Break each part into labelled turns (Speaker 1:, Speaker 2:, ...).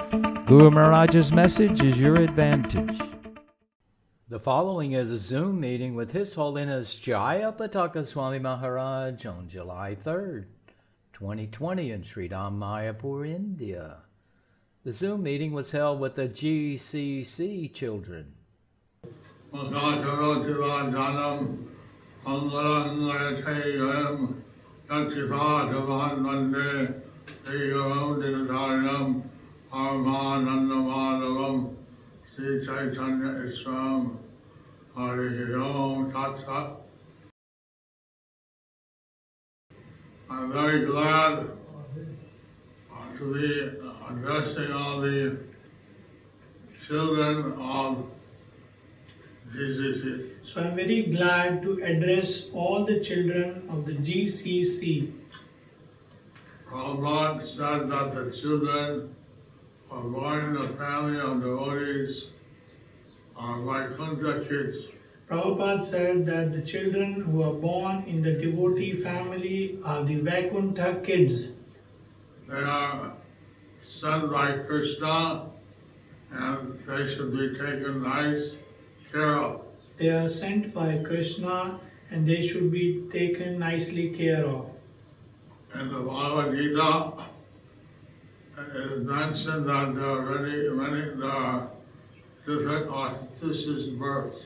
Speaker 1: Guru Maharaj's message is your advantage. The following is a Zoom meeting with His Holiness Jaya Pataka Swami Maharaj on July 3rd, 2020 in Sri Mayapur, India. The Zoom meeting was held with the GCC children.
Speaker 2: மசாசரோதிவாஜானம் அந்தரங்கயசைகரம் நச்சிபாசவான் வந்தே தெய்வம் திருதாரணம் பரமானந்த மாதவம் ஸ்ரீ சைத்தன்ய இஸ்வம் ஹரி ஓம் தத் சத் I'm very glad uh, to be addressing all the children of GCC.
Speaker 3: So I'm very glad to address all the children of the GCC.
Speaker 2: Prabhupada said that the children who are born in the family of devotees are Vaikuntha kids.
Speaker 3: Prabhupada said that the children who are born in the devotee family are the Vaikuntha kids.
Speaker 2: They are sent by Krishna and they should be taken nice care of.
Speaker 3: They are sent by Krishna and they should be taken nicely care of.
Speaker 2: In the Bhagavad Gita, it is mentioned that there are many, many there are different auspicious births.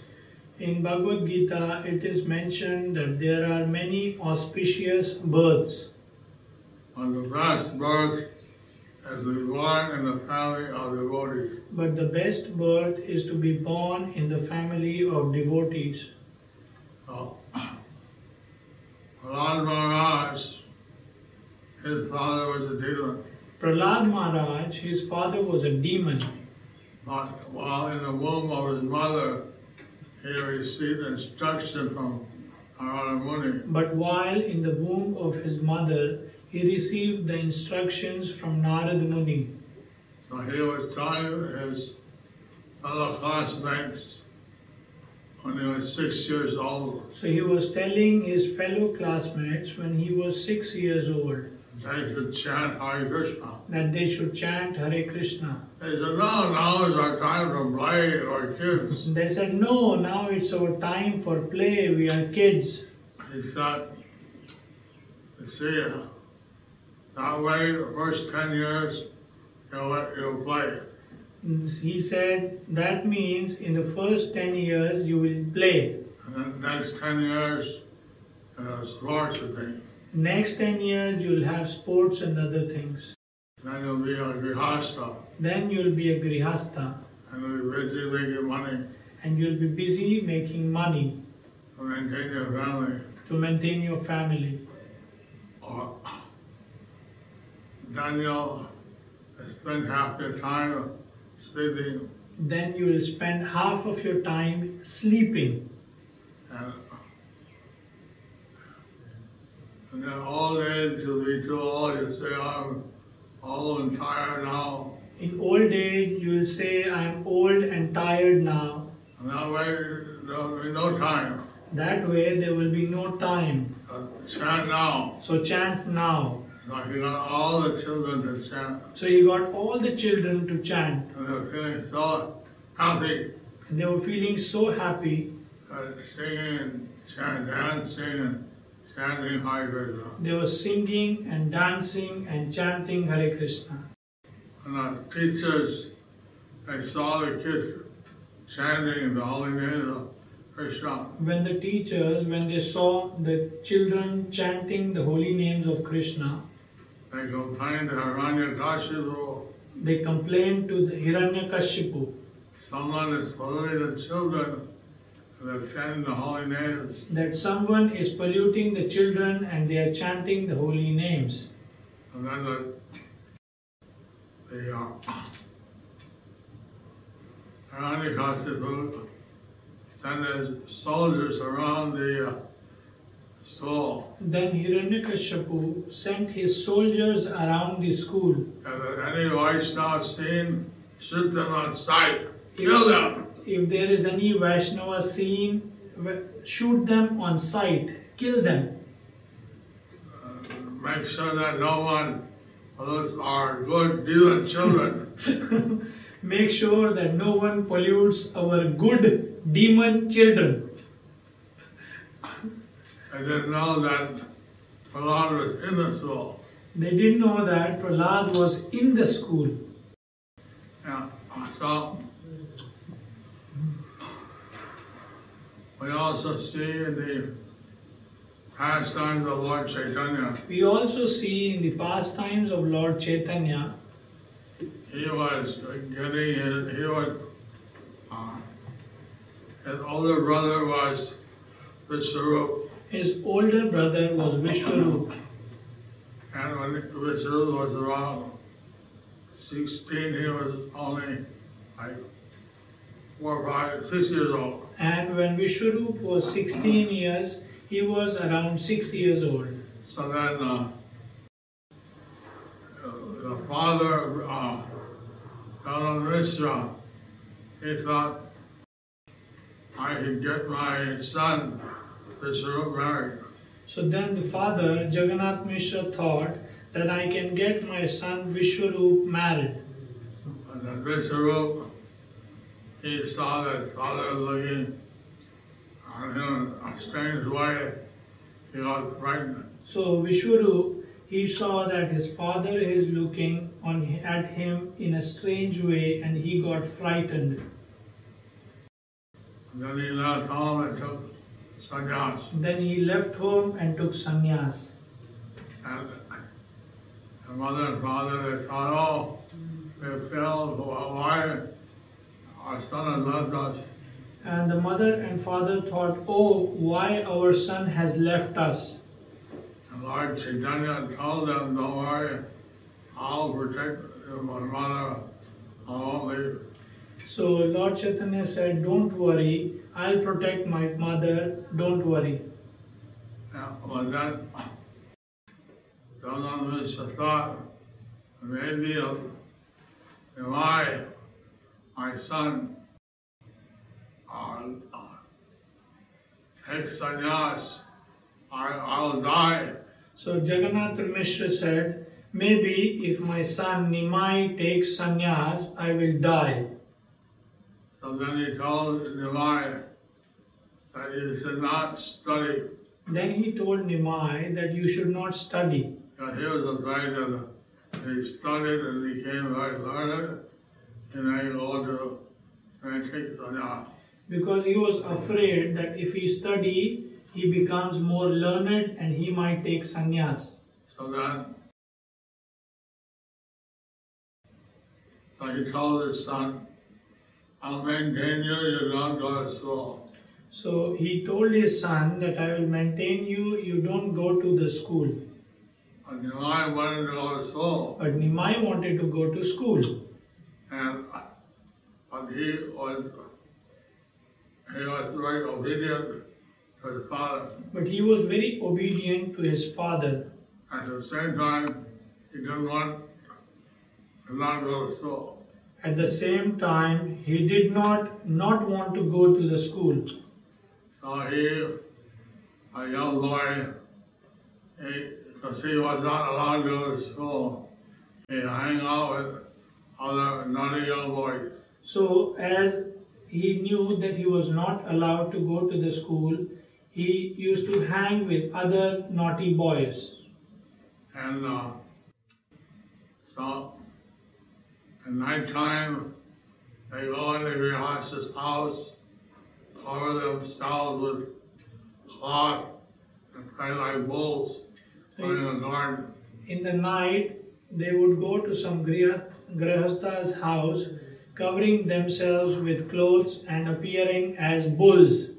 Speaker 3: In Bhagavad Gita, it is mentioned that there are many auspicious births,
Speaker 2: But the best birth is to be born in the family of devotees.
Speaker 3: but the best birth is to be born in the family of devotees.
Speaker 2: So, Lord Maharaj, his father was a demon,
Speaker 3: Prahlad Maharaj, his father was a demon,
Speaker 2: but while in the womb of his mother, he received instruction from Narada Muni.
Speaker 3: but while in the womb of his mother, he received the instructions from Narad Muni.
Speaker 2: So he was telling his fellow classmates when he was six years old,
Speaker 3: So he was telling his fellow classmates when he was six years old
Speaker 2: they should chant Hare Krishna.
Speaker 3: that they should chant Hare Krishna.
Speaker 2: He said, no, now is our time to play our kids.
Speaker 3: They said, No, now it's our time for play, we are kids.
Speaker 2: He said, you see, uh, that way, the first 10 years, you'll, let- you'll play.
Speaker 3: He said, That means in the first 10 years you will play.
Speaker 2: And then the next 10 years, uh, sports and things.
Speaker 3: Next 10 years you'll have sports and other things.
Speaker 2: Then you'll be a grihasta,
Speaker 3: Then you'll be a grihastha
Speaker 2: and you'll be busy making money
Speaker 3: and you'll be busy making money
Speaker 2: to maintain your family.
Speaker 3: to maintain your family.
Speaker 2: Or then you'll spend half your time sleeping
Speaker 3: Then you will spend half of your time sleeping.
Speaker 2: and and then old age, you'll be too old, you say, I'm old and tired now.
Speaker 3: In old age, you will say, I am old and tired now.
Speaker 2: And that way, there'll be no time.
Speaker 3: That way, there will be no time.
Speaker 2: Uh, Chant now.
Speaker 3: So, chant now.
Speaker 2: So you got all the children to chant.
Speaker 3: So, he got all the children to chant.
Speaker 2: And they're feeling so happy,
Speaker 3: And they were feeling so happy.
Speaker 2: uh, singing and chant, dancing and chanting Hare Krishna.
Speaker 3: They were singing and dancing and chanting Hare Krishna.
Speaker 2: And our teachers, they saw the kids chanting the holy name of Krishna.
Speaker 3: When the teachers, when they saw the children chanting the holy names of Krishna,
Speaker 2: They complained to Hiranyakashipu,
Speaker 3: they complained to the Hiranyakashipu
Speaker 2: someone is polluting the children and they're chanting the holy names.
Speaker 3: that someone is polluting the children and they are chanting the holy names.
Speaker 2: And then the, the, uh, Rani Kasipu sent his soldiers around the uh, school.
Speaker 3: Then Hiranyakashipu sent his soldiers around the school.
Speaker 2: And if any Vaishnava seen, shoot them on sight, kill them.
Speaker 3: If there is any Vaishnava seen, wa- shoot them on sight, kill them.
Speaker 2: Make sure that no one of those are good dealing children.
Speaker 3: Make sure that no one pollutes our good demon children.
Speaker 2: I didn't know that Prahlad was in the school.
Speaker 3: They didn't know that Prahlad was in the school.
Speaker 2: Yeah, so we also see in the pastimes of Lord Chaitanya,
Speaker 3: We also see in the pastimes of Lord Chaitanya,
Speaker 2: he was getting his, he was, uh, his older brother was the Sarup,
Speaker 3: his older brother was Vishwarup.
Speaker 2: and when Vishnu was around sixteen, he was only like four, five, six years old.
Speaker 3: And when Vishwarup was 16 years, he was around 6 years old.
Speaker 2: So then, uh, the father, uh, Dharamishra, uh, he thought, I could get my son, Vishnu, married.
Speaker 3: So then the father, Jagannath Mishra, thought that I can get my son Vishwarup married.
Speaker 2: And then Vishnu, he saw that father looking at him in a strange way. He got frightened.
Speaker 3: So Vishwarup, he saw that his father is looking on at him in a strange way and he got frightened.
Speaker 2: And then he left home and took sannyas.
Speaker 3: Then he left home and took sannyas.
Speaker 2: And the mother and father, they thought, oh, we failed, why our son has left us?
Speaker 3: And the mother and father thought, Oh, why our son has left us.
Speaker 2: And Lord Chaitanya told them, don't worry, I'll protect your mother, I won't leave.
Speaker 3: So Lord Chaitanya said, Don't worry, I'll protect my mother, don't worry.
Speaker 2: Yeah, but then, Dharam Mishra thought, maybe if if I, my son, uh, takes sannyas, I, I'll die.
Speaker 3: So Jagannath Mishra said, Maybe if my son Nimai takes sannyas, I will die.
Speaker 2: So then he told Nimai that he should not study,
Speaker 3: Then he told Nimai that you should not study.
Speaker 2: that he was afraid that if he studied and became very learned, and then he go to, and take sannyas.
Speaker 3: Because he was afraid that if he study, he becomes more learned and he might take sannyas.
Speaker 2: So then, so he told his son, I'll maintain you, you don't go to school.
Speaker 3: So he told his son that I will maintain you, you don't go to the school.
Speaker 2: And you know, I wanted to go to school.
Speaker 3: But Nimai wanted to go to school.
Speaker 2: And, but he was, he was very obedient to his father.
Speaker 3: But he was very obedient to his father.
Speaker 2: At the same time, he didn't want to not go to school.
Speaker 3: At the same time, he did not not want to go to the school.
Speaker 2: So he, a young boy, he, because he was not allowed to go to school, he hang out with other naughty young boys.
Speaker 3: So as he knew that he was not allowed to go to the school, he used to hang with other naughty boys.
Speaker 2: And uh, so at nighttime, they go into Rihasha's house, cover themselves with cloth, and play like bulls in the garden.
Speaker 3: In the night, they would go to some grihath- grihastha's house, covering themselves with clothes and appearing as bulls,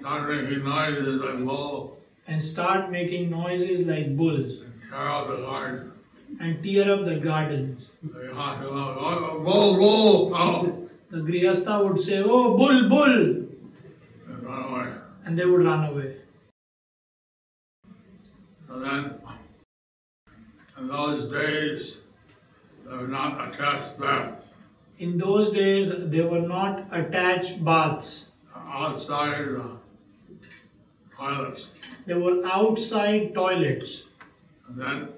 Speaker 2: Start making noises like bulls,
Speaker 3: and start making noises like bulls
Speaker 2: tear out the garden.
Speaker 3: and tear up the gardens.
Speaker 2: They hot, they love, oh, bull, bull cow.
Speaker 3: The Grihastha would say, Oh, bull, bull,
Speaker 2: And run away.
Speaker 3: and they would run away.
Speaker 2: And then, in those days, they were not attached back.
Speaker 3: In those days, they were not attached baths,
Speaker 2: outside uh, toilets.
Speaker 3: they were outside toilets.
Speaker 2: And then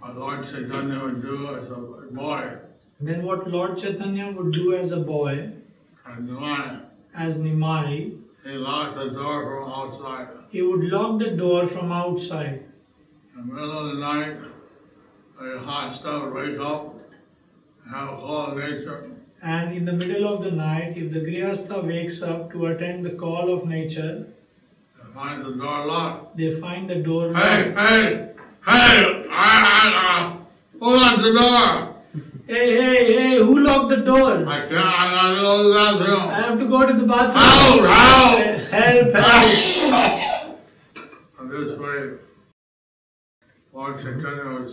Speaker 2: my Lord Chaitanya would do as a boy
Speaker 3: Then, what Lord Chaitanya would do as a boy,
Speaker 2: and divine.
Speaker 3: as Nimai,
Speaker 2: He locked the door from outside.
Speaker 3: he would lock the door from outside.
Speaker 2: In the middle of the night, a hot stuff wake up and have a call nature.
Speaker 3: And in the middle of the night, if the Grihastha wakes up to attend the call of nature,
Speaker 2: and find the door locked.
Speaker 3: they find the door
Speaker 2: Hey,
Speaker 3: locked.
Speaker 2: hey, hey, I, I, I, who locked the door?
Speaker 3: Hey, hey, hey, who locked the door?
Speaker 2: I can't, I gotta go to the
Speaker 3: I
Speaker 2: bathroom.
Speaker 3: have to go to the bathroom.
Speaker 2: Out, out!
Speaker 3: Help, help.
Speaker 2: And this way, Lord Chaitanya was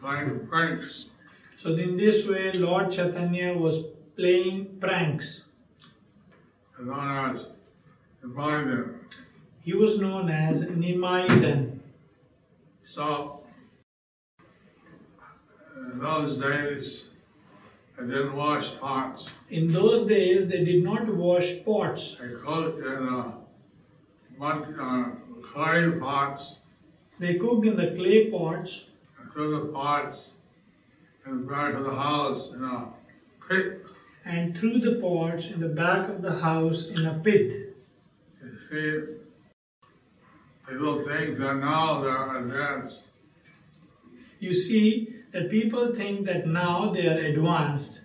Speaker 2: playing pranks.
Speaker 3: So in this way, Lord Chaitanya was playing pranks.
Speaker 2: And on us, divine them.
Speaker 3: He was known as Nimaidan.
Speaker 2: So, in those days, I didn't wash pots.
Speaker 3: In those days, they did not wash pots.
Speaker 2: I cooked in uh, mud, uh, clay pots,
Speaker 3: They cooked in the clay pots
Speaker 2: and threw the pots in the back of the house in a pit.
Speaker 3: and threw the pots in the back of the house in a pit.
Speaker 2: You see, people think that now they're advanced.
Speaker 3: You see that people think that now they are advanced.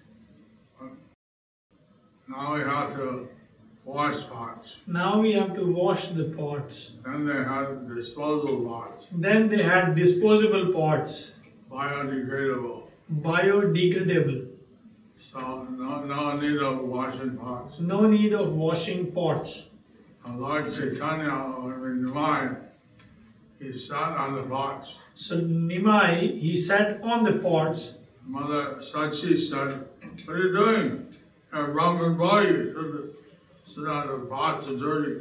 Speaker 2: Now we have to wash pots.
Speaker 3: Now we have to wash the pots.
Speaker 2: Then they had disposal pots,
Speaker 3: Then they had disposable pots,
Speaker 2: biodegradable.
Speaker 3: biodegradable.
Speaker 2: So no, no need of washing pots.
Speaker 3: No need of washing pots.
Speaker 2: Now Lord Chaitanya, I mean divine, he sat on the pots.
Speaker 3: So Nimai, he sat on the pots.
Speaker 2: Mother Sachi said, What are you doing? "Uh, A Brahmin boy, you should sit on the pots are dirty.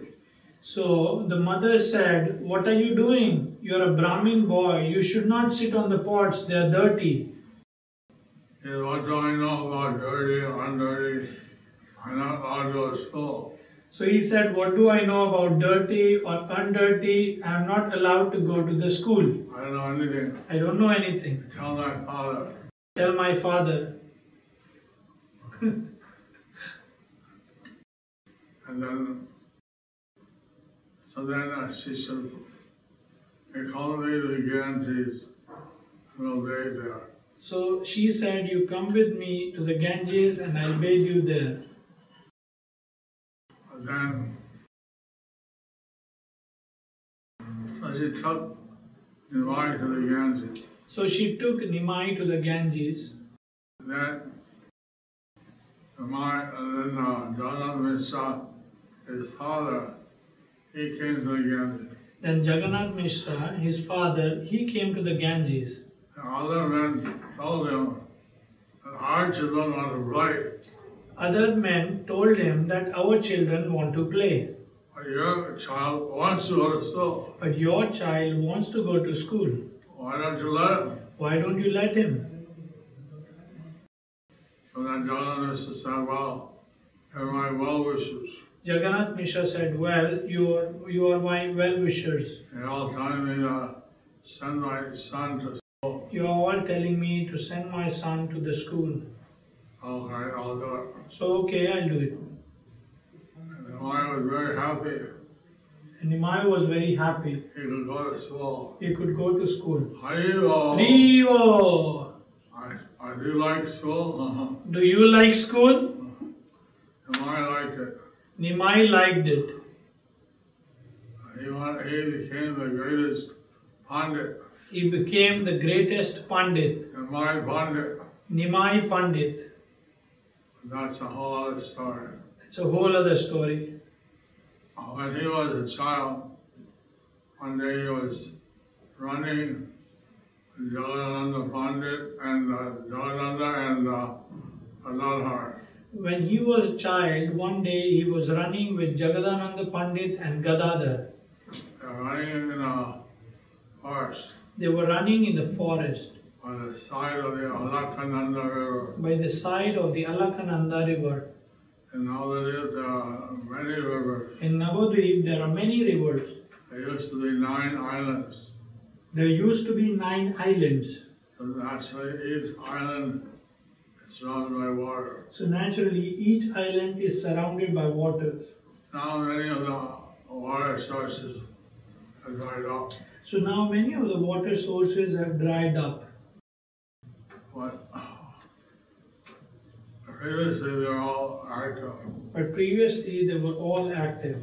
Speaker 3: So the mother said, What are you doing? You're a Brahmin boy. You should not sit on the pots. They are dirty.
Speaker 2: He said, What do I know about dirty or undirty? I'm not allowed to go to school.
Speaker 3: So he said, What do I know about dirty or undirty? I'm not allowed to go to the school.
Speaker 2: I don't know anything.
Speaker 3: I don't know anything.
Speaker 2: Tell my father.
Speaker 3: Tell my father.
Speaker 2: And then, so then uh, she said, they call me the Ganges, and I'll bathe there.
Speaker 3: So she said, You come with me to the Ganges and I'll bathe you there.
Speaker 2: And then, so she took the wife to the Ganges.
Speaker 3: So she took Nimai to the Ganges.
Speaker 2: And then, the my, and then uh, Dada Mishra, his father, he came to the Ganges.
Speaker 3: Then Jagannath Mishra, his father, he came to the Ganges.
Speaker 2: And other men told him, that our children are to play.
Speaker 3: Other men told him that our children want to play,
Speaker 2: Your child wants to go to school.
Speaker 3: but your child wants to go to school.
Speaker 2: Why don't you let him?
Speaker 3: Why don't you let him?
Speaker 2: So then Jonathan used to say, Well, you're my well wishers.
Speaker 3: Jagannath Mishra said, Well, you are, you are my well wishers.
Speaker 2: They all telling me to send my son uh, to school.
Speaker 3: You are all telling me to send my son to the school.
Speaker 2: Okay, I'll do it.
Speaker 3: So, okay, I'll do it.
Speaker 2: And then I was very happy
Speaker 3: And Nimai was very happy.
Speaker 2: he could go to school.
Speaker 3: He could go to school.
Speaker 2: Hello.
Speaker 3: Revo!
Speaker 2: uh, I, I do like school. Uh-huh.
Speaker 3: Do you like school?
Speaker 2: And I liked it.
Speaker 3: Nimai liked it.
Speaker 2: He, went, he became the greatest pundit,
Speaker 3: He became the greatest Pandit,
Speaker 2: and my pundit.
Speaker 3: Nimai Pandit.
Speaker 2: That's a whole other story.
Speaker 3: It's a whole other story.
Speaker 2: When he was a child, one day he was running, Jalalananda Pandit and uh, Jalalananda and uh, Adalhar.
Speaker 3: When he was a child, one day he was running with Jagadananda Pandit and Gadadhar.
Speaker 2: They were running in a forest
Speaker 3: They were running in the forest
Speaker 2: on the side of the Alakananda River.
Speaker 3: by the side of the Alakananda River.
Speaker 2: And nowadays there are many rivers.
Speaker 3: In Navadvip, there are many rivers.
Speaker 2: There used to be nine islands.
Speaker 3: There used to be nine islands.
Speaker 2: So naturally each island is surrounded by water.
Speaker 3: So naturally, each island is surrounded by water.
Speaker 2: Now many of the water sources have dried up.
Speaker 3: So now many of the water sources have dried up.
Speaker 2: But previously they were all active.
Speaker 3: But previously, they were all active.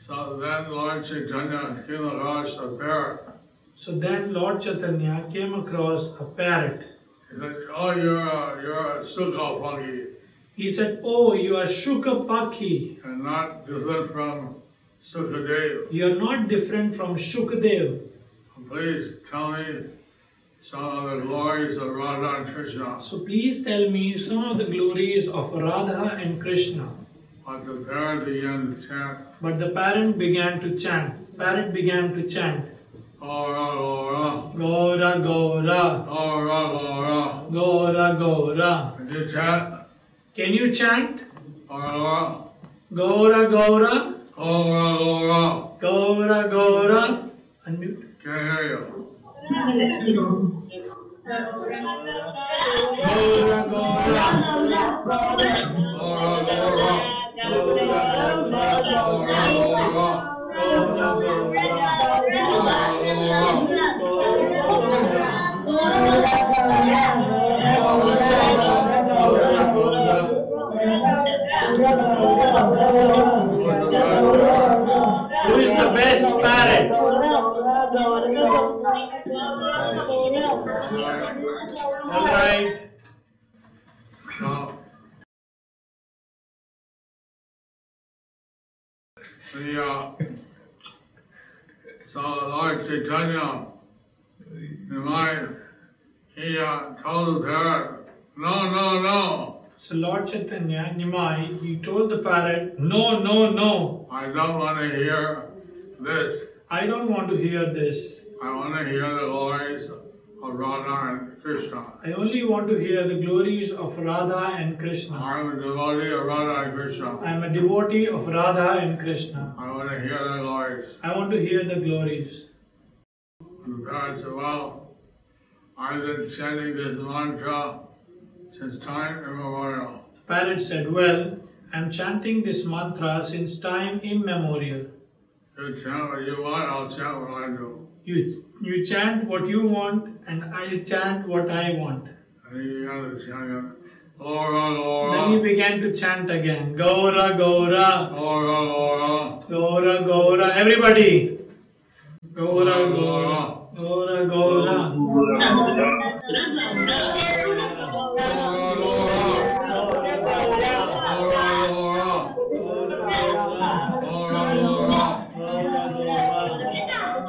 Speaker 2: So then Lord Chaitanya came across a parrot.
Speaker 3: So then Lord Chaitanya came across a parrot.
Speaker 2: He said, Oh, you're a, you're a Sukha Pagi.
Speaker 3: He said, Oh, you are Shukapaki.
Speaker 2: and not different from Sukadeva.
Speaker 3: You are not different from Shukadev.
Speaker 2: Please tell me some of the glories of Radha and Krishna.
Speaker 3: So please tell me some of the glories of Radha and Krishna.
Speaker 2: But the parent began to chant,
Speaker 3: But the parent began to chant. Parrot began to chant.
Speaker 2: Gaura, Gaura,
Speaker 3: Gora Gora.
Speaker 2: Gaura, Gaura.
Speaker 3: Gora Gora.
Speaker 2: Did you chant?
Speaker 3: Can you chant?
Speaker 2: Gaura,
Speaker 3: Gora Gora.
Speaker 2: Gaura, Gaura, Gaura.
Speaker 3: Gora Gora. Unmute.
Speaker 2: Can't hear you.
Speaker 3: Gora
Speaker 2: Gaura,
Speaker 3: Gora.
Speaker 2: Gaura, Gaura,
Speaker 4: Thank
Speaker 2: Gaura.
Speaker 3: Gora Gora.
Speaker 2: Who is the best parent?
Speaker 3: Who is the best parrot? All right.
Speaker 2: So, the, uh, so Lord Chaitanya, in my, he uh, told the parrot, no, no, no,
Speaker 3: So Lord Chaitanya Nimai, he told the parrot, No, no, no,
Speaker 2: I don't want to hear this.
Speaker 3: I don't want to hear this.
Speaker 2: I want to hear the glories of Radha and Krishna.
Speaker 3: I only want to hear the glories of Radha and Krishna.
Speaker 2: I'm a devotee of Radha and Krishna.
Speaker 3: I am a devotee of Radha and Krishna.
Speaker 2: I want to hear the glories.
Speaker 3: I want to hear the glories.
Speaker 2: And the parents said, Well, I've been chanting this mantra since time immemorial.
Speaker 3: The parrot said, Well, I am chanting this mantra since time immemorial.
Speaker 2: You chant what you want, I'll chant what I do.
Speaker 3: You, you chant what you want, and I chant what I want.
Speaker 2: And he began to chant it. Laura,
Speaker 3: Then he
Speaker 2: Laura,
Speaker 3: began to chant again Gaura, Gaura,
Speaker 2: Laura, Laura,
Speaker 3: Gaura, Gaura. Everybody! Gaura, Gaura. Gora Gora
Speaker 2: Laura, Laura, Laura, Laura, Laura,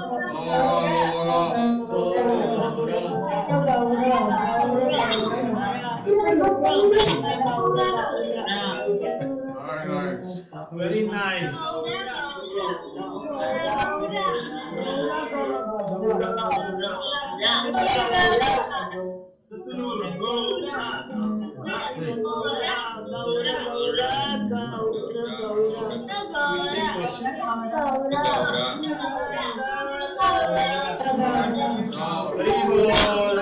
Speaker 2: Laura, Laura, Laura. Very nice.
Speaker 3: Very nice.
Speaker 4: you.
Speaker 2: Now,
Speaker 3: Hari bol,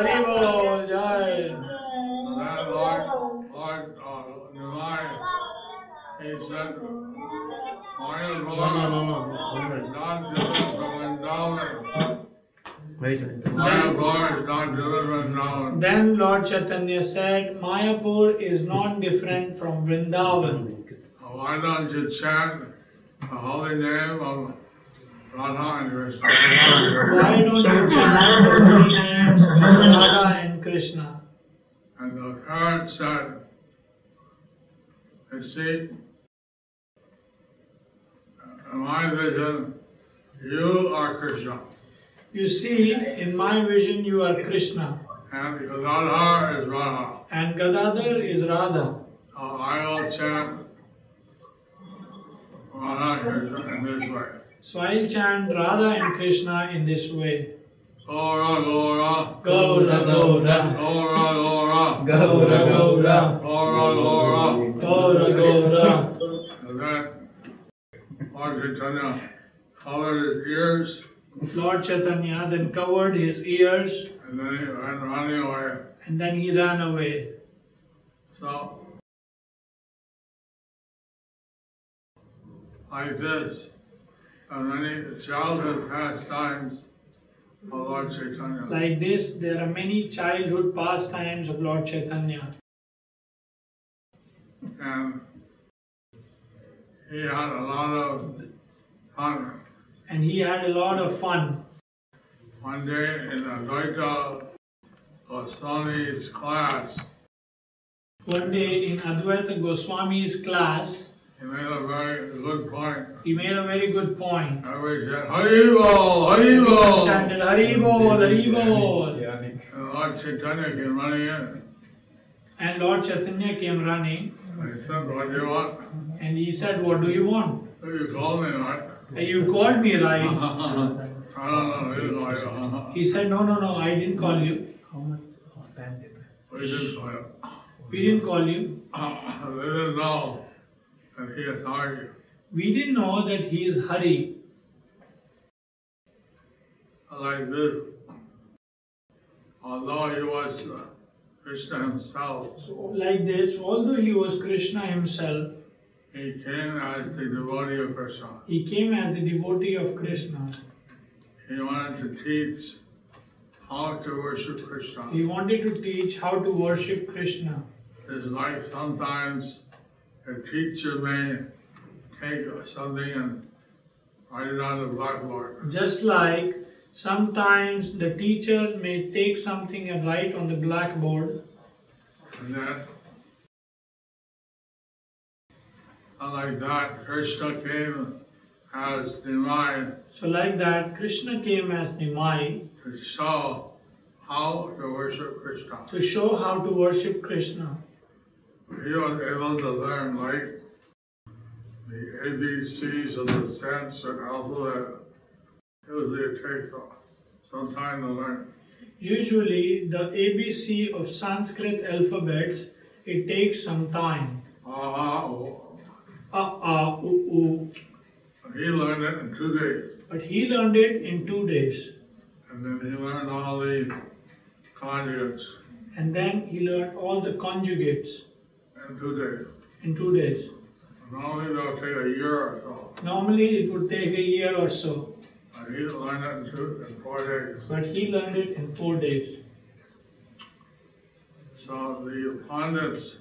Speaker 3: Hari bol, Jai.
Speaker 2: that Lord, Lord, uh, Nilay, he said, my Lord, not just from endowment. My Lord is not delivered now.
Speaker 3: Then Lord Chaitanya said, Mayapur is not different from Vrindavan.
Speaker 2: Why don't you chant the holy name of Radha and Krishna?
Speaker 3: Why don't you chant the names of Radha and Krishna?
Speaker 2: And the parrot said, You see, "Uh, in my vision, you are Krishna.
Speaker 3: You see, in my vision, you are Krishna,
Speaker 2: and Gadadhar is Radha.
Speaker 3: and Gadadhar is Radha.
Speaker 2: Uh, I will chant Radha Krishna in this way.
Speaker 3: So I'll chant Radha and Krishna in this way.
Speaker 2: Gora, Gora,
Speaker 3: Gaura Gaura,
Speaker 2: Gora, Gora,
Speaker 3: Gaura Gaura,
Speaker 2: Gora, Gora.
Speaker 3: Gaura Gaura.
Speaker 2: And then Lord Chaitanya covered his ears
Speaker 3: Lord Chaitanya then covered his ears
Speaker 2: and then he ran running away.
Speaker 3: and then he ran away.
Speaker 2: So, like this, and many childhood pastimes of Lord Chaitanya.
Speaker 3: Like this, there are many childhood pastimes of Lord Chaitanya.
Speaker 2: and he had a lot of fun.
Speaker 3: And he had a lot of fun.
Speaker 2: One day in Advaita Goswami's class,
Speaker 3: One day in Advaita Goswami's class,
Speaker 2: he made a very good point.
Speaker 3: he made a very good point.
Speaker 2: Everybody said, Haribo, Haribo!
Speaker 3: Chanted Hari Bol, Hari Bol.
Speaker 2: And Lord Chaitanya came running in.
Speaker 3: And Lord Chaitanya came running
Speaker 2: I said, what do you want?
Speaker 3: and he said, What do you want?
Speaker 2: You called me, right?
Speaker 3: Hey, You called me, right?
Speaker 2: Uh-huh. I don't know, you know,
Speaker 3: He said, No, no, no, I didn't call you.
Speaker 2: we didn't call you.
Speaker 3: We didn't call you.
Speaker 2: They didn't know that he had argued.
Speaker 3: We didn't know that he is Hari.
Speaker 2: like this. Although he was uh, Krishna himself,
Speaker 3: So, like this, although he was Krishna himself,
Speaker 2: he came as the devotee of Krishna.
Speaker 3: he came as the devotee of Krishna.
Speaker 2: He wanted to teach how to worship Krishna.
Speaker 3: He wanted to teach how to worship Krishna.
Speaker 2: It's like sometimes a teacher may take something and write it on the blackboard.
Speaker 3: Just like sometimes the teacher may take something and write on the blackboard,
Speaker 2: And then, and like that, Krishna came as divine
Speaker 3: so like that, Krishna came as Nimai
Speaker 2: to show how to worship Krishna.
Speaker 3: to show how to worship Krishna.
Speaker 2: He was able to learn like the ABCs of the sense and alphabet. Usually it takes some time to learn.
Speaker 3: Usually, the ABC of Sanskrit alphabets it takes some time.
Speaker 2: Ah, oh.
Speaker 3: Ah ah ooh ooh.
Speaker 2: He learned it in two days.
Speaker 3: But he learned it in two days,
Speaker 2: And then he learned all the conjugates
Speaker 3: and then he learned all the conjugates
Speaker 2: in two days.
Speaker 3: in two days.
Speaker 2: Normally that'll take a year or so.
Speaker 3: Normally, it would take a year or so,
Speaker 2: And he learned it in, two, in four days.
Speaker 3: but he learned it in four days.
Speaker 2: So the pundits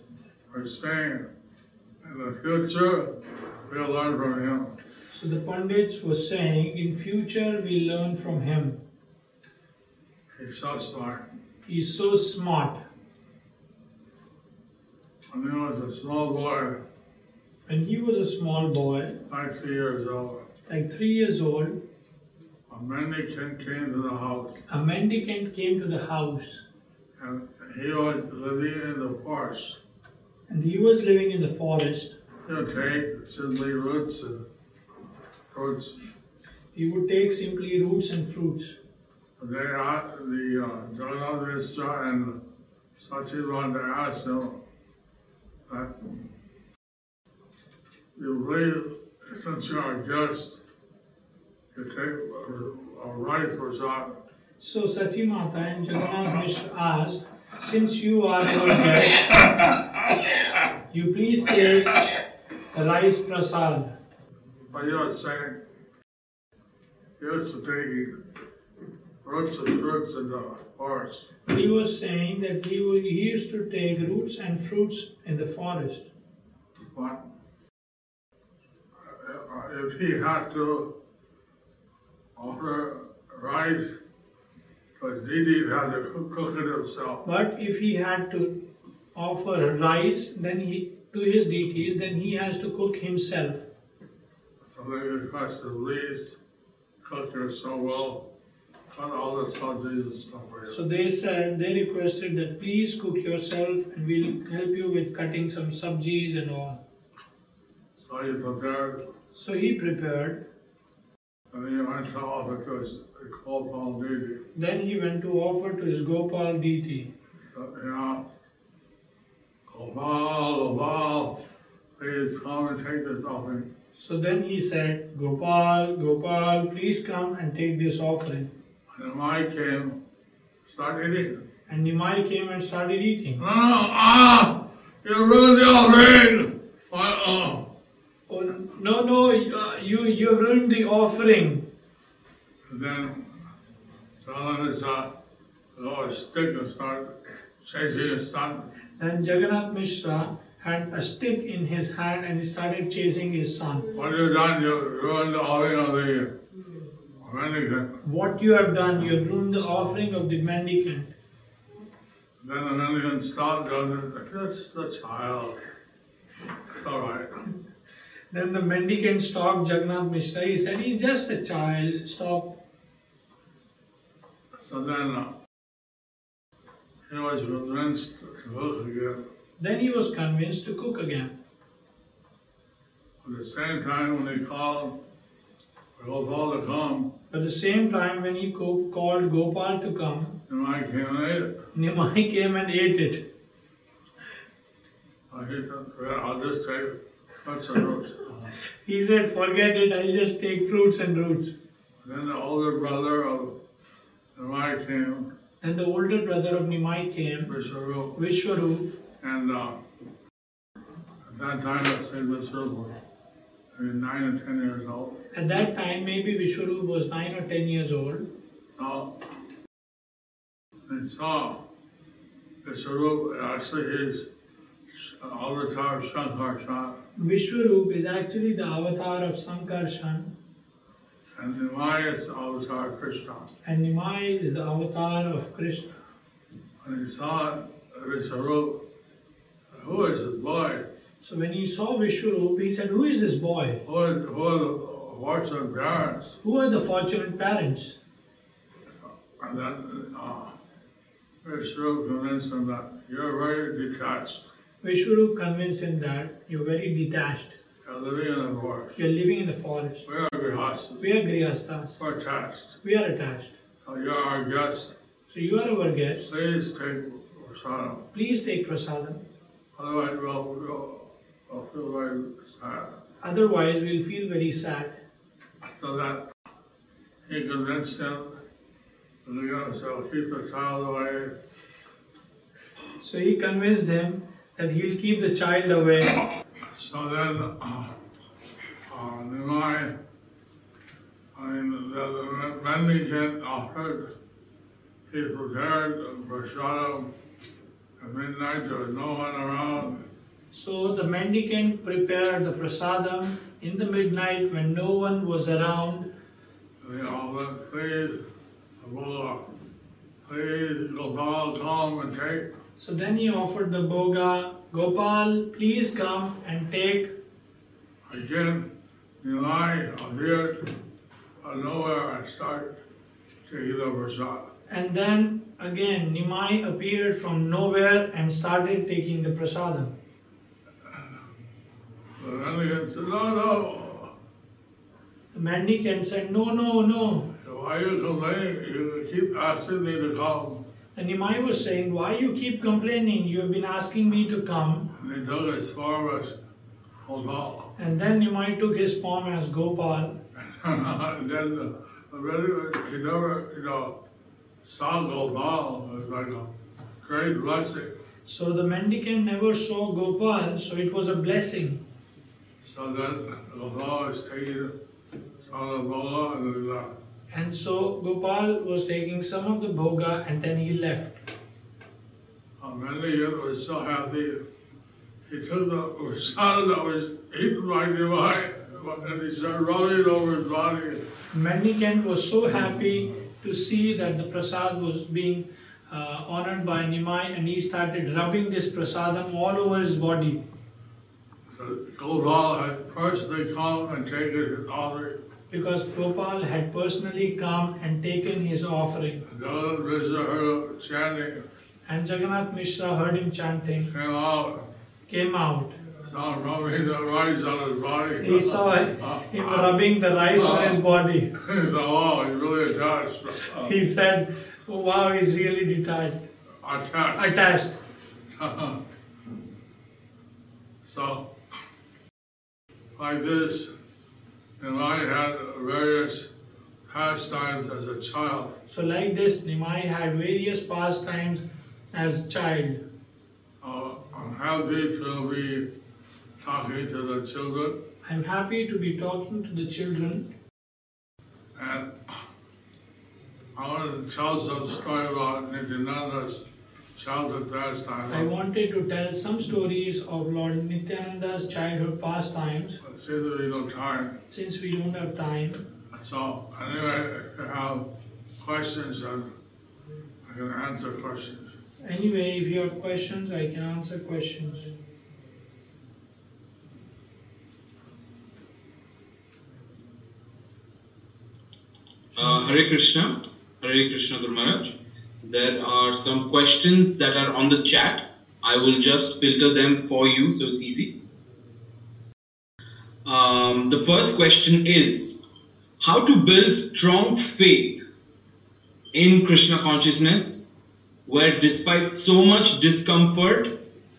Speaker 2: are saying, in the future, we'll learn from him.
Speaker 3: So the Pandits were saying, in future we learn from him.
Speaker 2: He's so smart.
Speaker 3: He's so smart.
Speaker 2: When he was a small boy,
Speaker 3: When he was a small boy,
Speaker 2: like three years old,
Speaker 3: like three years old,
Speaker 2: a mendicant came to the house,
Speaker 3: a mendicant came to the house,
Speaker 2: and he was living in the forest.
Speaker 3: and he was living in the forest.
Speaker 2: He'll take simply roots and fruits.
Speaker 3: He would take simply roots and fruits.
Speaker 2: They asked the uh, Jagannath Mishra and Sachivan to ask him that Uh, you really, since you are a guest, you take a, a rice or something.
Speaker 3: So Sachi Mata and Jagannath Mishra asked, since you are our guest, you please take the rice prasad.
Speaker 2: But you are saying, here's the thing, roots and fruits in the forest.
Speaker 3: He was saying that he, would, he used to take roots and fruits in the forest.
Speaker 2: But uh, if he had to offer rice, because Didi had to cook, cook it himself.
Speaker 3: But if he had to offer rice, then he to his deities, then he has to cook himself.
Speaker 2: So they requested, please cook yourself well cut all the sausages and stuff for you.
Speaker 3: So they said they requested that please cook yourself and we'll help you with cutting some subjis and all.
Speaker 2: So he prepared,
Speaker 3: So he prepared.
Speaker 2: and he went to offer to his Gopal deity.
Speaker 3: Then he went to offer to his Gopal deity.
Speaker 2: So, you know, Gopal, Gopal, please come and take this offering.
Speaker 3: So then he said, Gopal, Gopal, please come and take this offering.
Speaker 2: And I came, started eating.
Speaker 3: And Nimai came and started eating.
Speaker 2: No, no, ah, you ruined the offering. What, oh,
Speaker 3: Oh, no, no, uh, you, you ruined the offering.
Speaker 2: And then John is a little stick and start chasing his son.
Speaker 3: Then Jagannath Mishra had a stick in his hand and he started chasing his son.
Speaker 2: What you done? You ruined the offering of the mendicant.
Speaker 3: What you have done, you have ruined the offering of the mendicant.
Speaker 2: Then the mendicant stopped John and said, Just the child. It's all right.
Speaker 3: Then the mendicant stopped Jagannath Mishra. He said, He's just a child. Stop.
Speaker 2: So then uh, he was convinced to work again.
Speaker 3: Then he was convinced to cook again.
Speaker 2: At the same time, when he called for Gopal to come,
Speaker 3: At the same time, when he co- called Gopal to come,
Speaker 2: and I came and ate it.
Speaker 3: Nimai came and ate it.
Speaker 2: I said, well, I'll just take that's a root.
Speaker 3: He said, Forget it, I'll just take fruits and roots.
Speaker 2: Then the older brother of the right came,
Speaker 3: Then the older brother of Nimai came,
Speaker 2: Vishwaru,
Speaker 3: Vishwaru.
Speaker 2: and uh, at that time, I say Vishwaru was maybe nine or ten years old.
Speaker 3: At that time, maybe Vishwaru was 9 or 10 years old.
Speaker 2: So they saw Vishwaru, actually, he's avatar of Shankarshan,
Speaker 3: Vishwaroop is actually the avatar of Sankarshan,
Speaker 2: and the Maya is the avatar of Krishna.
Speaker 3: and Nimai is the avatar of Krishna.
Speaker 2: When they saw Vishwaru, who is this boy?
Speaker 3: So when he saw Vishwaroop, he said, Who is this boy?
Speaker 2: Who is, who are the, what's the parents?
Speaker 3: Who are the fortunate parents?
Speaker 2: And then, uh, Vishnu convinced them that you're very detached.
Speaker 3: Vishwaroop convinced him that you're very detached.
Speaker 2: You're living in a forest.
Speaker 3: You're living in the forest.
Speaker 2: We are grihastas.
Speaker 3: We are grihastas.
Speaker 2: We're attached.
Speaker 3: We are attached.
Speaker 2: So you're our guest.
Speaker 3: So you are our guest.
Speaker 2: Please take Prasadam.
Speaker 3: Please take prasadam.
Speaker 2: Otherwise, we'll, we'll, we'll feel very sad.
Speaker 3: Otherwise, we'll feel very sad.
Speaker 2: So that he convinced them that they're going to keep the child away.
Speaker 3: So he convinced him that he'll keep the child away.
Speaker 2: So then, uh, uh, Nimai, I mean, the, the mendicant offered, he prepared a prasadam at midnight, there was no one around.
Speaker 3: So the mendicant prepared the prasadam in the midnight when no one was around.
Speaker 2: And they all said, please, Abdullah, please, Gopal, come and take.
Speaker 3: So then he offered the boga, Gopal, please come and take.
Speaker 2: Again, Nimai appeared out of uh, nowhere and started taking the prasadam.
Speaker 3: And then again, Nimai appeared from nowhere and started taking the prasadam.
Speaker 2: The mendicant said, no, no,
Speaker 3: The mendicant said, No, no, no.
Speaker 2: Why you complain? You keep asking me to come.
Speaker 3: And Nimai was saying, Why you keep complaining? You have been asking me to come.
Speaker 2: And he took his form as "Oh, Gopal.
Speaker 3: And then Nimai took his form as Gopal.
Speaker 2: and then the, the really, he never, you know, saw Gopal. It was like a great blessing.
Speaker 3: So the mendicant never saw Gopal, so it was a blessing.
Speaker 2: So then Gopal is taking some of the Bola and then uh,
Speaker 3: And so Gopal was taking some of the bhoga and then he left.
Speaker 2: uh, Mendicant was so happy. He took the prasad that was eaten by Divine and he started rolling it over his body.
Speaker 3: Mendicant was so happy to see that the prasad was being uh, honored by Nimai and he started rubbing this prasadam all over his body.
Speaker 2: Gopal had personally come and taken his offering.
Speaker 3: because Gopal had personally come and taken his offering.
Speaker 2: Jagannath Mishra heard of chanting,
Speaker 3: And Jagannath Mishra heard him chanting,
Speaker 2: came out,
Speaker 3: came out.
Speaker 2: saw rubbing the rice on his body.
Speaker 3: He saw him rubbing the rice on his body.
Speaker 2: He said, oh, he's really attached. uh,
Speaker 3: He said, "Oh, Wow, he's really detached,
Speaker 2: Attached.
Speaker 3: attached.
Speaker 2: So, like this, and I had various pastimes as a child.
Speaker 3: So, like this, Nimai had various pastimes as child.
Speaker 2: Uh, I'm happy to be talking to the children,
Speaker 3: I'm happy to be talking to the children,
Speaker 2: and I want to tell some story about Nityananda's childhood
Speaker 3: I
Speaker 2: pastime.
Speaker 3: wanted to tell some stories of Lord Nityananda's childhood pastimes
Speaker 2: It seems to be no time.
Speaker 3: since we don't have time.
Speaker 2: So, anyway, if you have questions, and I can answer questions.
Speaker 3: Anyway, if you have questions, I can answer questions.
Speaker 4: Uh, Hare Krishna, Hare Krishna Guru Maharaj. There are some questions that are on the chat. I will just filter them for you so it's easy. Um, the first question is How to build strong faith in Krishna consciousness, where despite so much discomfort,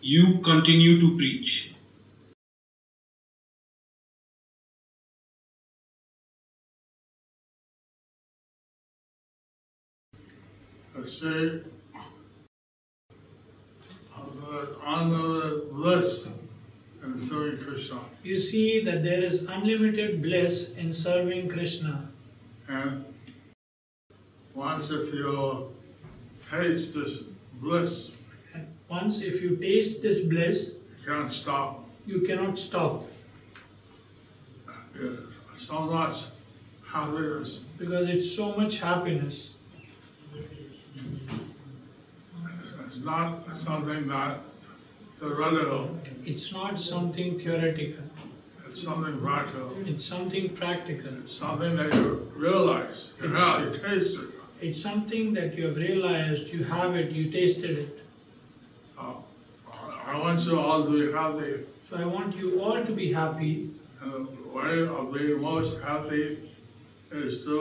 Speaker 4: you continue to preach?
Speaker 2: I see on the- on the list in serving Krishna.
Speaker 3: You see that there is unlimited bliss in serving Krishna.
Speaker 2: And once if you taste this bliss,
Speaker 3: And once if you taste this bliss,
Speaker 2: you can't stop.
Speaker 3: you cannot stop
Speaker 2: There's so much happiness.
Speaker 3: because it's so much happiness.
Speaker 2: It's not something that theoretical,
Speaker 3: It's not something theoretical,
Speaker 2: it's something practical.
Speaker 3: it's something practical.
Speaker 2: It's something that you realize, you
Speaker 3: It's-
Speaker 2: have, you taste it.
Speaker 3: It's something that you have realized, you have it, you tasted it.
Speaker 2: So I I want you all to be happy.
Speaker 3: So I want you all to be happy.
Speaker 2: And the way of being most happy is to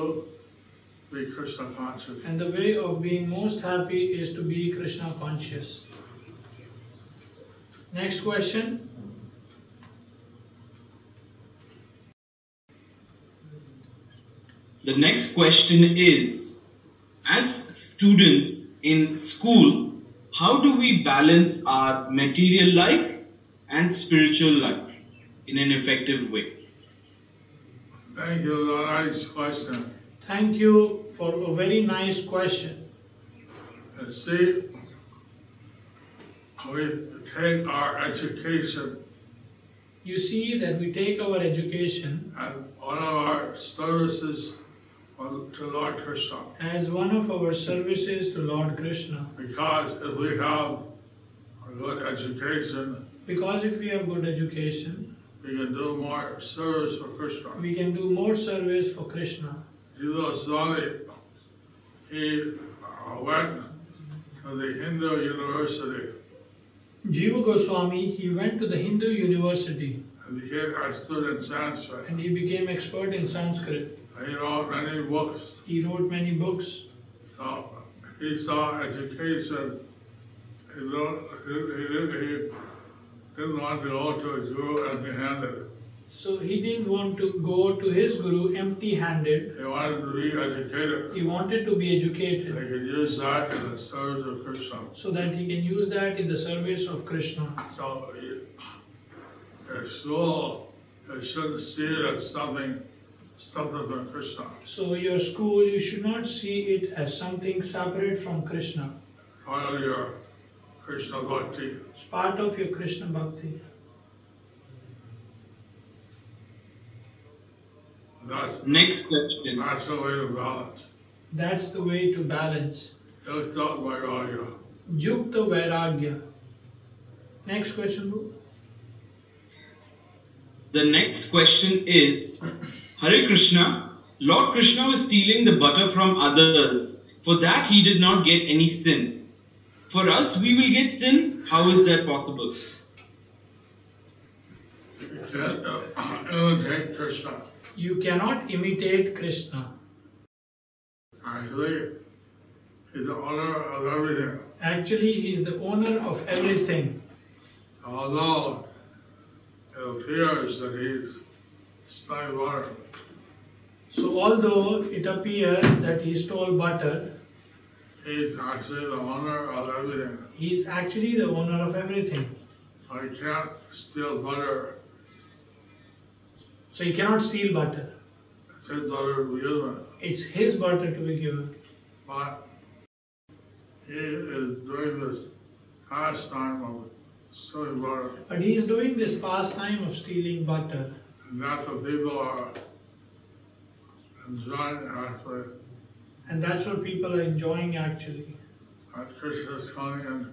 Speaker 2: be Krishna conscious.
Speaker 3: And the way of being most happy is to be Krishna conscious. Next question.
Speaker 4: The next question is As students in school, how do we balance our material life and spiritual life in an effective way?
Speaker 2: Thank you, the nice question.
Speaker 3: Thank you for a very nice question.
Speaker 2: And see, we take our education
Speaker 3: You see that we take our education
Speaker 2: and one of our services on- to Lord Krishna.
Speaker 3: as one of our services to Lord Krishna.
Speaker 2: Because if we have a good education,
Speaker 3: Because if we have good education,
Speaker 2: we can do more service for Krishna.
Speaker 3: we can do more service for Krishna.
Speaker 2: Jesus Swami, he uh, went to the Hindu university
Speaker 3: Jiva Goswami, he went to the Hindu university
Speaker 2: and became a student Sanskrit.
Speaker 3: and he became expert in Sanskrit.
Speaker 2: He wrote many books.
Speaker 3: He wrote many books.
Speaker 2: So he saw education. He, don't, he, he, didn't, he didn't want to go to a Guru empty handed.
Speaker 3: So he didn't want to go to his guru empty handed.
Speaker 2: He wanted to be educated.
Speaker 3: He wanted to be
Speaker 2: They
Speaker 3: educated
Speaker 2: could use that in the service of Krishna.
Speaker 3: so that he can use that in the service of Krishna.
Speaker 2: So uh, a soul shouldn't see it as something separate from Krishna.
Speaker 3: So, your school, you should not see it as something separate from Krishna.
Speaker 2: Follow your Krishna bhakti.
Speaker 3: It's part of your Krishna bhakti.
Speaker 2: That's the
Speaker 4: Next question.
Speaker 2: natural way to balance.
Speaker 3: That's the way to balance.
Speaker 2: It's taught by Raja.
Speaker 3: Yukta Vairagya. Next question, Bhu.
Speaker 4: The next question is Hare Krishna, Lord Krishna was stealing the butter from others. For that he did not get any sin. For us, we will get sin. How is that possible?
Speaker 2: imitate uh, Krishna.
Speaker 3: You cannot imitate Krishna.
Speaker 2: Actually, he's the owner of everything.
Speaker 3: Actually, he is the owner of everything.
Speaker 2: Although it appears that he's stealing water,
Speaker 3: So, although it appears that he stole butter,
Speaker 2: he's actually the owner of everything.
Speaker 3: he is actually the owner of everything.
Speaker 2: So he can't steal butter.
Speaker 3: So, he cannot steal butter.
Speaker 2: It's his butter to begin with.
Speaker 3: It's his butter to be given.
Speaker 2: But he is doing this pastime of stealing water.
Speaker 3: But he is doing this pastime of stealing butter.
Speaker 2: And that's what people are enjoying actually.
Speaker 3: And that's what people are enjoying actually.
Speaker 2: Like Krishna's coming in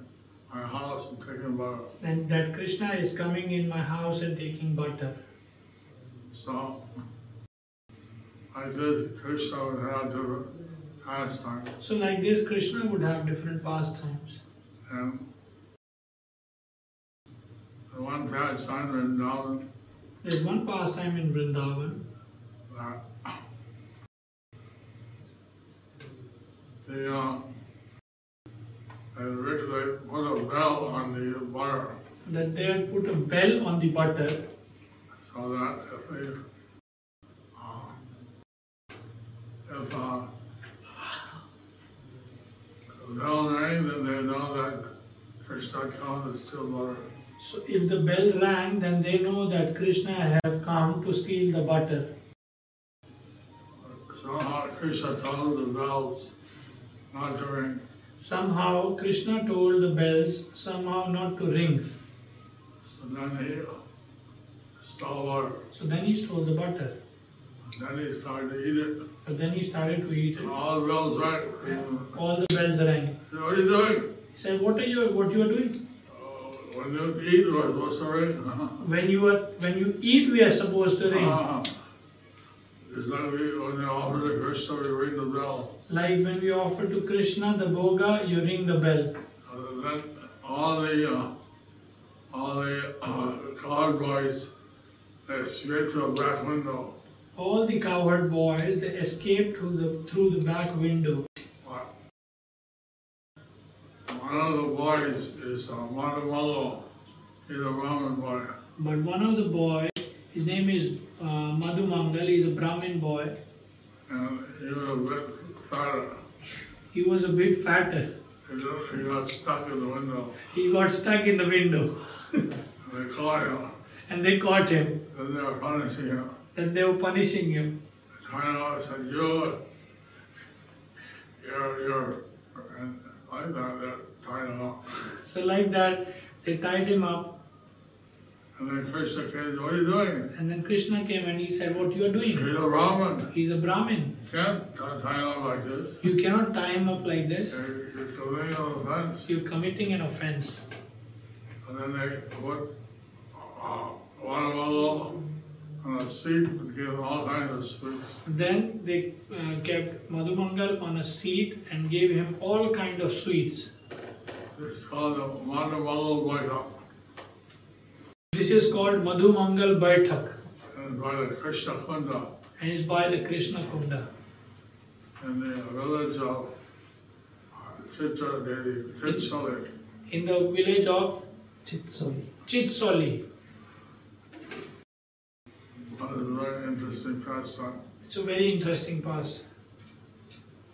Speaker 2: my house and taking butter.
Speaker 3: And that Krishna is coming in my house and taking butter.
Speaker 2: So I did Krishna would have different pastime
Speaker 3: So, like this, Krishna would have different pastimes.
Speaker 2: and the one pastime in Vrindavan
Speaker 3: There's one pastime in Vrindavan
Speaker 2: that the uh, they really put a bell on the butter
Speaker 3: that they had put a bell on the butter
Speaker 2: so that if they uh, if uh, the bell rang then they know that Krishna comes is still butter.
Speaker 3: So if the bell rang, then they know that Krishna have come to steal the butter.
Speaker 2: Somehow uh, Krishna told the bells not to ring.
Speaker 3: Somehow Krishna told the bells somehow not to ring.
Speaker 2: So then he stole water.
Speaker 3: So then he stole the butter.
Speaker 2: Then he started to eat it.
Speaker 3: But then he started to eat
Speaker 2: And
Speaker 3: it.
Speaker 2: all the bells rang.
Speaker 3: All the bells rang.
Speaker 2: What are you doing?
Speaker 3: He said, "What are you? What you are doing?
Speaker 2: "Oh, When you eat, we're supposed to ring.
Speaker 3: When you are when you eat, we are supposed to ring.
Speaker 2: Ah. Is that we, when they offer the Krishna, we ring the bell.
Speaker 3: Like when we offer to Krishna the boga, you ring the bell.
Speaker 2: And then all the, uh, all the uh, cloud boys, they straight to the back window.
Speaker 3: All the cowherd boys they escaped through the through the back window.
Speaker 2: One of the boys is uh, Manamalo. He's a Brahmin boy.
Speaker 3: But one of the boys, his name is uh, Madhu Mangal. He's a Brahmin boy."
Speaker 2: And he was a bit fatter.
Speaker 3: He was a bit fatter.
Speaker 2: He got, he got stuck in the window.
Speaker 3: He got stuck in the window
Speaker 2: And they caught him.
Speaker 3: and they caught him.
Speaker 2: And they were punishing him.
Speaker 3: Then they were punishing him.
Speaker 2: They kind of said, you, you're, you're, and like that, they're tying him up.
Speaker 3: So, like that, they tied him up.
Speaker 2: And then Krishna came, what are you doing?
Speaker 3: And then Krishna came and he said, What you are
Speaker 2: He's
Speaker 3: doing?
Speaker 2: a Brahmin.
Speaker 3: He's a Brahmin.
Speaker 2: You can't tie tie him up like this.
Speaker 3: You cannot tie him up like this.
Speaker 2: You're you're committing an offense.
Speaker 3: You're committing an offense.
Speaker 2: And then they put uh, watermelon on a seat and gave them all kinds of sweets.
Speaker 3: Then they uh, kept Madhumangal on a seat and gave him all kind of sweets.
Speaker 2: It's called the watermelon boycott.
Speaker 3: This is called Madhumangal Baitak
Speaker 2: And by the Krishna Kunda
Speaker 3: and it's by the Krishna Kunda
Speaker 2: in the village of uh, Chitra Devi, Chichali.
Speaker 3: in the village of
Speaker 1: Chitsoli.
Speaker 3: Chitsoli.
Speaker 2: That is a very interesting pastime.
Speaker 3: It's a very interesting past.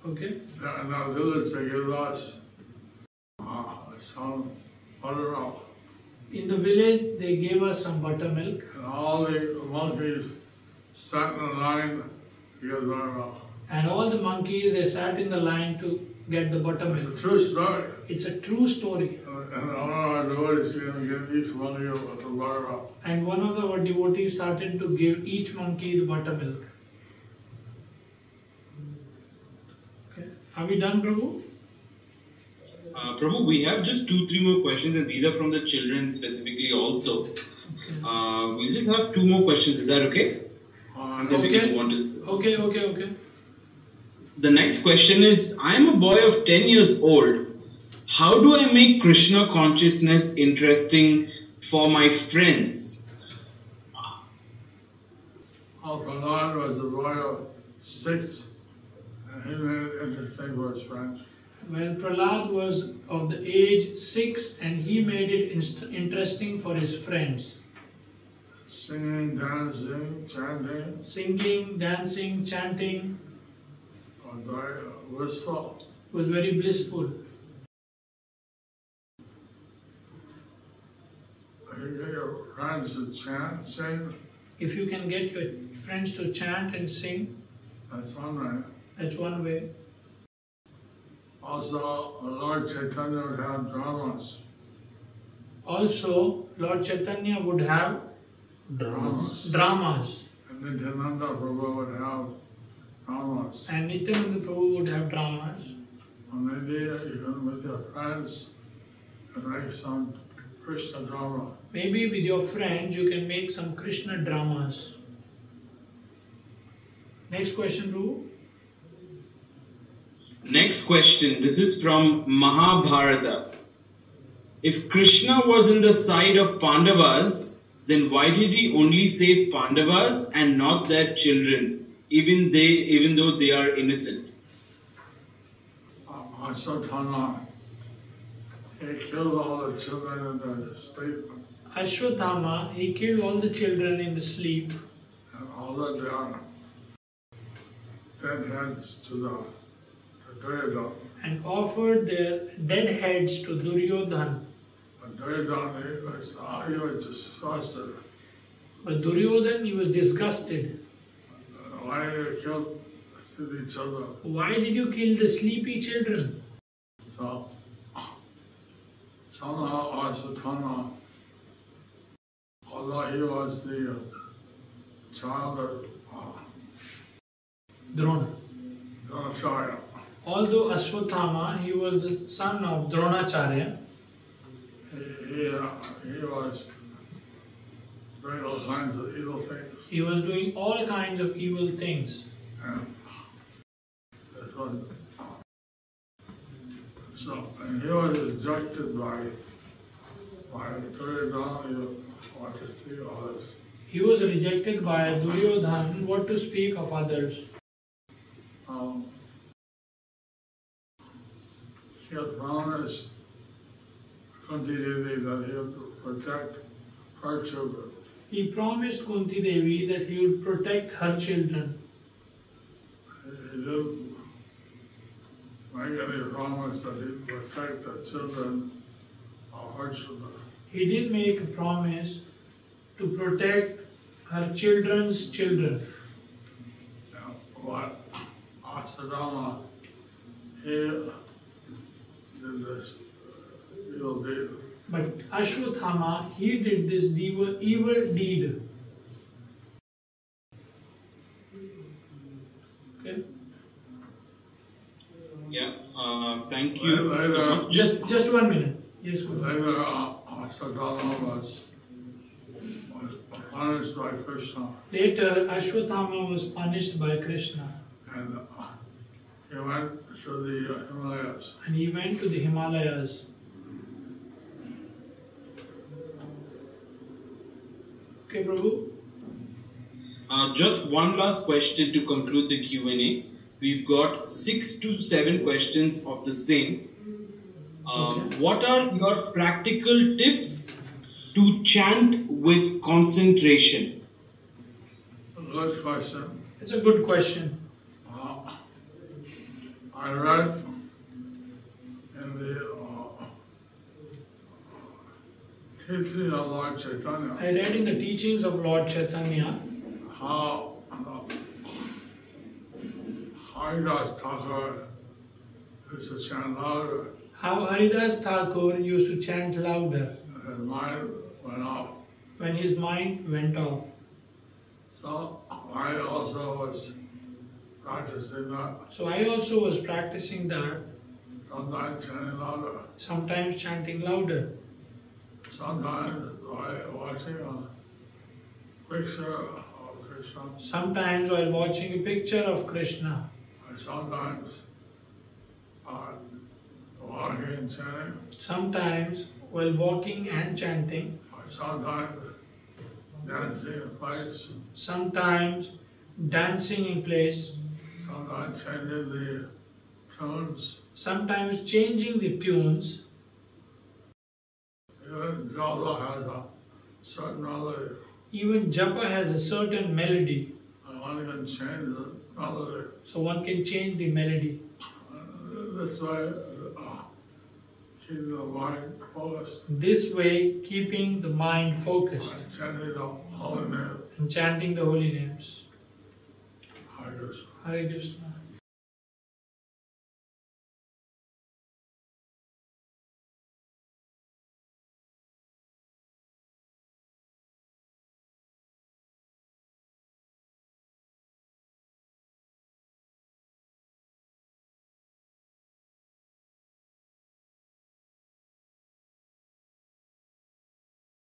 Speaker 3: Okay.
Speaker 2: Yeah, In our village, they give us uh, some buttermilk.
Speaker 3: In the village, they gave us some buttermilk,
Speaker 2: And all the monkeys sat in a line to get buttermilk.
Speaker 3: and all the monkeys they sat in the line to get the
Speaker 2: It's
Speaker 3: buttermilk.
Speaker 2: a true story.
Speaker 3: It's a true story.
Speaker 2: And all our devotees can get each one of you at the bar up.
Speaker 3: And one of our devotees started to give each monkey the buttermilk. Okay. Are we done, Prabhu?
Speaker 4: Uh, Prabhu, we have just two, three more questions, and these are from the children specifically also. Uh, we'll just have two more questions. Is that okay?
Speaker 2: Uh, Uh,
Speaker 4: And then we
Speaker 3: Okay.
Speaker 4: can go on to-
Speaker 3: Okay, okay, okay.
Speaker 4: The next question is I'm a boy of 10 years old. How do I make Krishna consciousness interesting for my friends?
Speaker 2: Our Prahlad was a boy of six, and he made it interesting for his friends.
Speaker 3: Well, Prahlad was of the age six and he made it inst- interesting for his friends.
Speaker 2: Singing, dancing, chanting,
Speaker 3: Singing, dancing, chanting
Speaker 2: or very wistful.
Speaker 3: was very blissful.
Speaker 2: He gave your friends to chant, sing,
Speaker 3: If you can get your friends to chant and sing,
Speaker 2: that's one way.
Speaker 3: that's one way.
Speaker 2: Also, the Lord Chaitanya would have dramas.
Speaker 3: Also, Lord Chaitanya would have
Speaker 2: Dramas.
Speaker 3: dramas
Speaker 2: And Nityananda Prabhu would have dramas.
Speaker 3: and Nityananda Prabhu would have dramas.
Speaker 2: On the day you can with your friends and make some Krishna drama.
Speaker 3: Maybe with your friends you can make some Krishna dramas. Next question, Prabhu.
Speaker 4: Next question. This is from Mahabharata. If Krishna was in the side of Pandavas, then why did he only save Pandavas and not their children, even they, even though they are innocent?
Speaker 2: Uh, Ashwatthama, he killed all the children in the sleep
Speaker 3: Ashwatthama, he killed all the children in the sleep
Speaker 2: and all the dead, dead heads to the, to Duryodhana.
Speaker 3: and offered their dead heads to Duryodhan.
Speaker 2: But Duryodhana, he was, uh, he was disgusted.
Speaker 3: But Duryodhan, he was disgusted.
Speaker 2: Why they killed each other?
Speaker 3: Why did you kill the sleepy children?
Speaker 2: So somehow Ashwatthama, although he was the child of uh,
Speaker 3: Drona.
Speaker 2: Dronacharya,
Speaker 3: Although Ashwatthama, he was the son of Dronacharya,
Speaker 2: he, he, uh, he was doing all kinds of evil things.
Speaker 3: he was doing all kinds of evil things.
Speaker 2: And that's what, so and he was rejected by by Duryodhana, what to see others.
Speaker 3: He was rejected by Duryodhan, what to speak of others.
Speaker 2: Um, he had promised Kunti Devi that he would protect her children.
Speaker 3: He promised Kunti Devi that he would protect her children.
Speaker 2: He didn't make any promise that he'd protect the children of her children.
Speaker 3: He did make a promise to protect her children's children.
Speaker 2: Now, what Asadama, he did this evil deed.
Speaker 3: But Ashwatthama, he did this dev- evil deed. Okay.
Speaker 4: Yeah. Uh, thank you.
Speaker 2: Well, I,
Speaker 4: so
Speaker 2: uh,
Speaker 4: much.
Speaker 3: Just, just one minute. Yes. go ahead.
Speaker 2: Later, Asadama was, was punished by Krishna
Speaker 3: Later, Ashwatthama was punished by Krishna,
Speaker 2: and uh, he went to the Himalayas.
Speaker 3: and he went to the Himalayas. Okay, Prabhu.
Speaker 4: Uh, just one last question to conclude the Q&A. We've got six to seven questions of the same. Um, What are your practical tips to chant with concentration?
Speaker 2: Good question.
Speaker 3: It's a good question.
Speaker 2: Uh, I read in the uh, teaching of Lord Chaitanya.
Speaker 3: I read in the teachings of Lord Chaitanya
Speaker 2: how Haridas Thakur used to chant louder,
Speaker 3: how Haridas Thakur used to chant louder
Speaker 2: and his mind went off.
Speaker 3: when his mind went off.
Speaker 2: So I also was practicing that,
Speaker 3: So I also was practicing that,
Speaker 2: sometimes chanting louder,
Speaker 3: sometimes chanting louder,
Speaker 2: sometimes by watching a picture of Krishna.
Speaker 3: Sometimes, while watching a picture of Krishna,
Speaker 2: I sometimes uh, walk in chanting.
Speaker 3: sometimes while walking and chanting,
Speaker 2: I sometimes dancing in place.
Speaker 3: sometimes dancing in place,
Speaker 2: Sometimes changing the tunes.
Speaker 3: sometimes changing the tunes.
Speaker 2: Even Jala has a certain melody.
Speaker 3: Even japa has a certain melody,
Speaker 2: I want to change the melody.
Speaker 3: so one can change the melody.
Speaker 2: This way, uh, keep the mind focused.
Speaker 3: This way, keeping the mind focused
Speaker 2: I chanted the holy name.
Speaker 3: and chanting the holy names.
Speaker 2: Hare Krishna.
Speaker 3: Hare Krishna.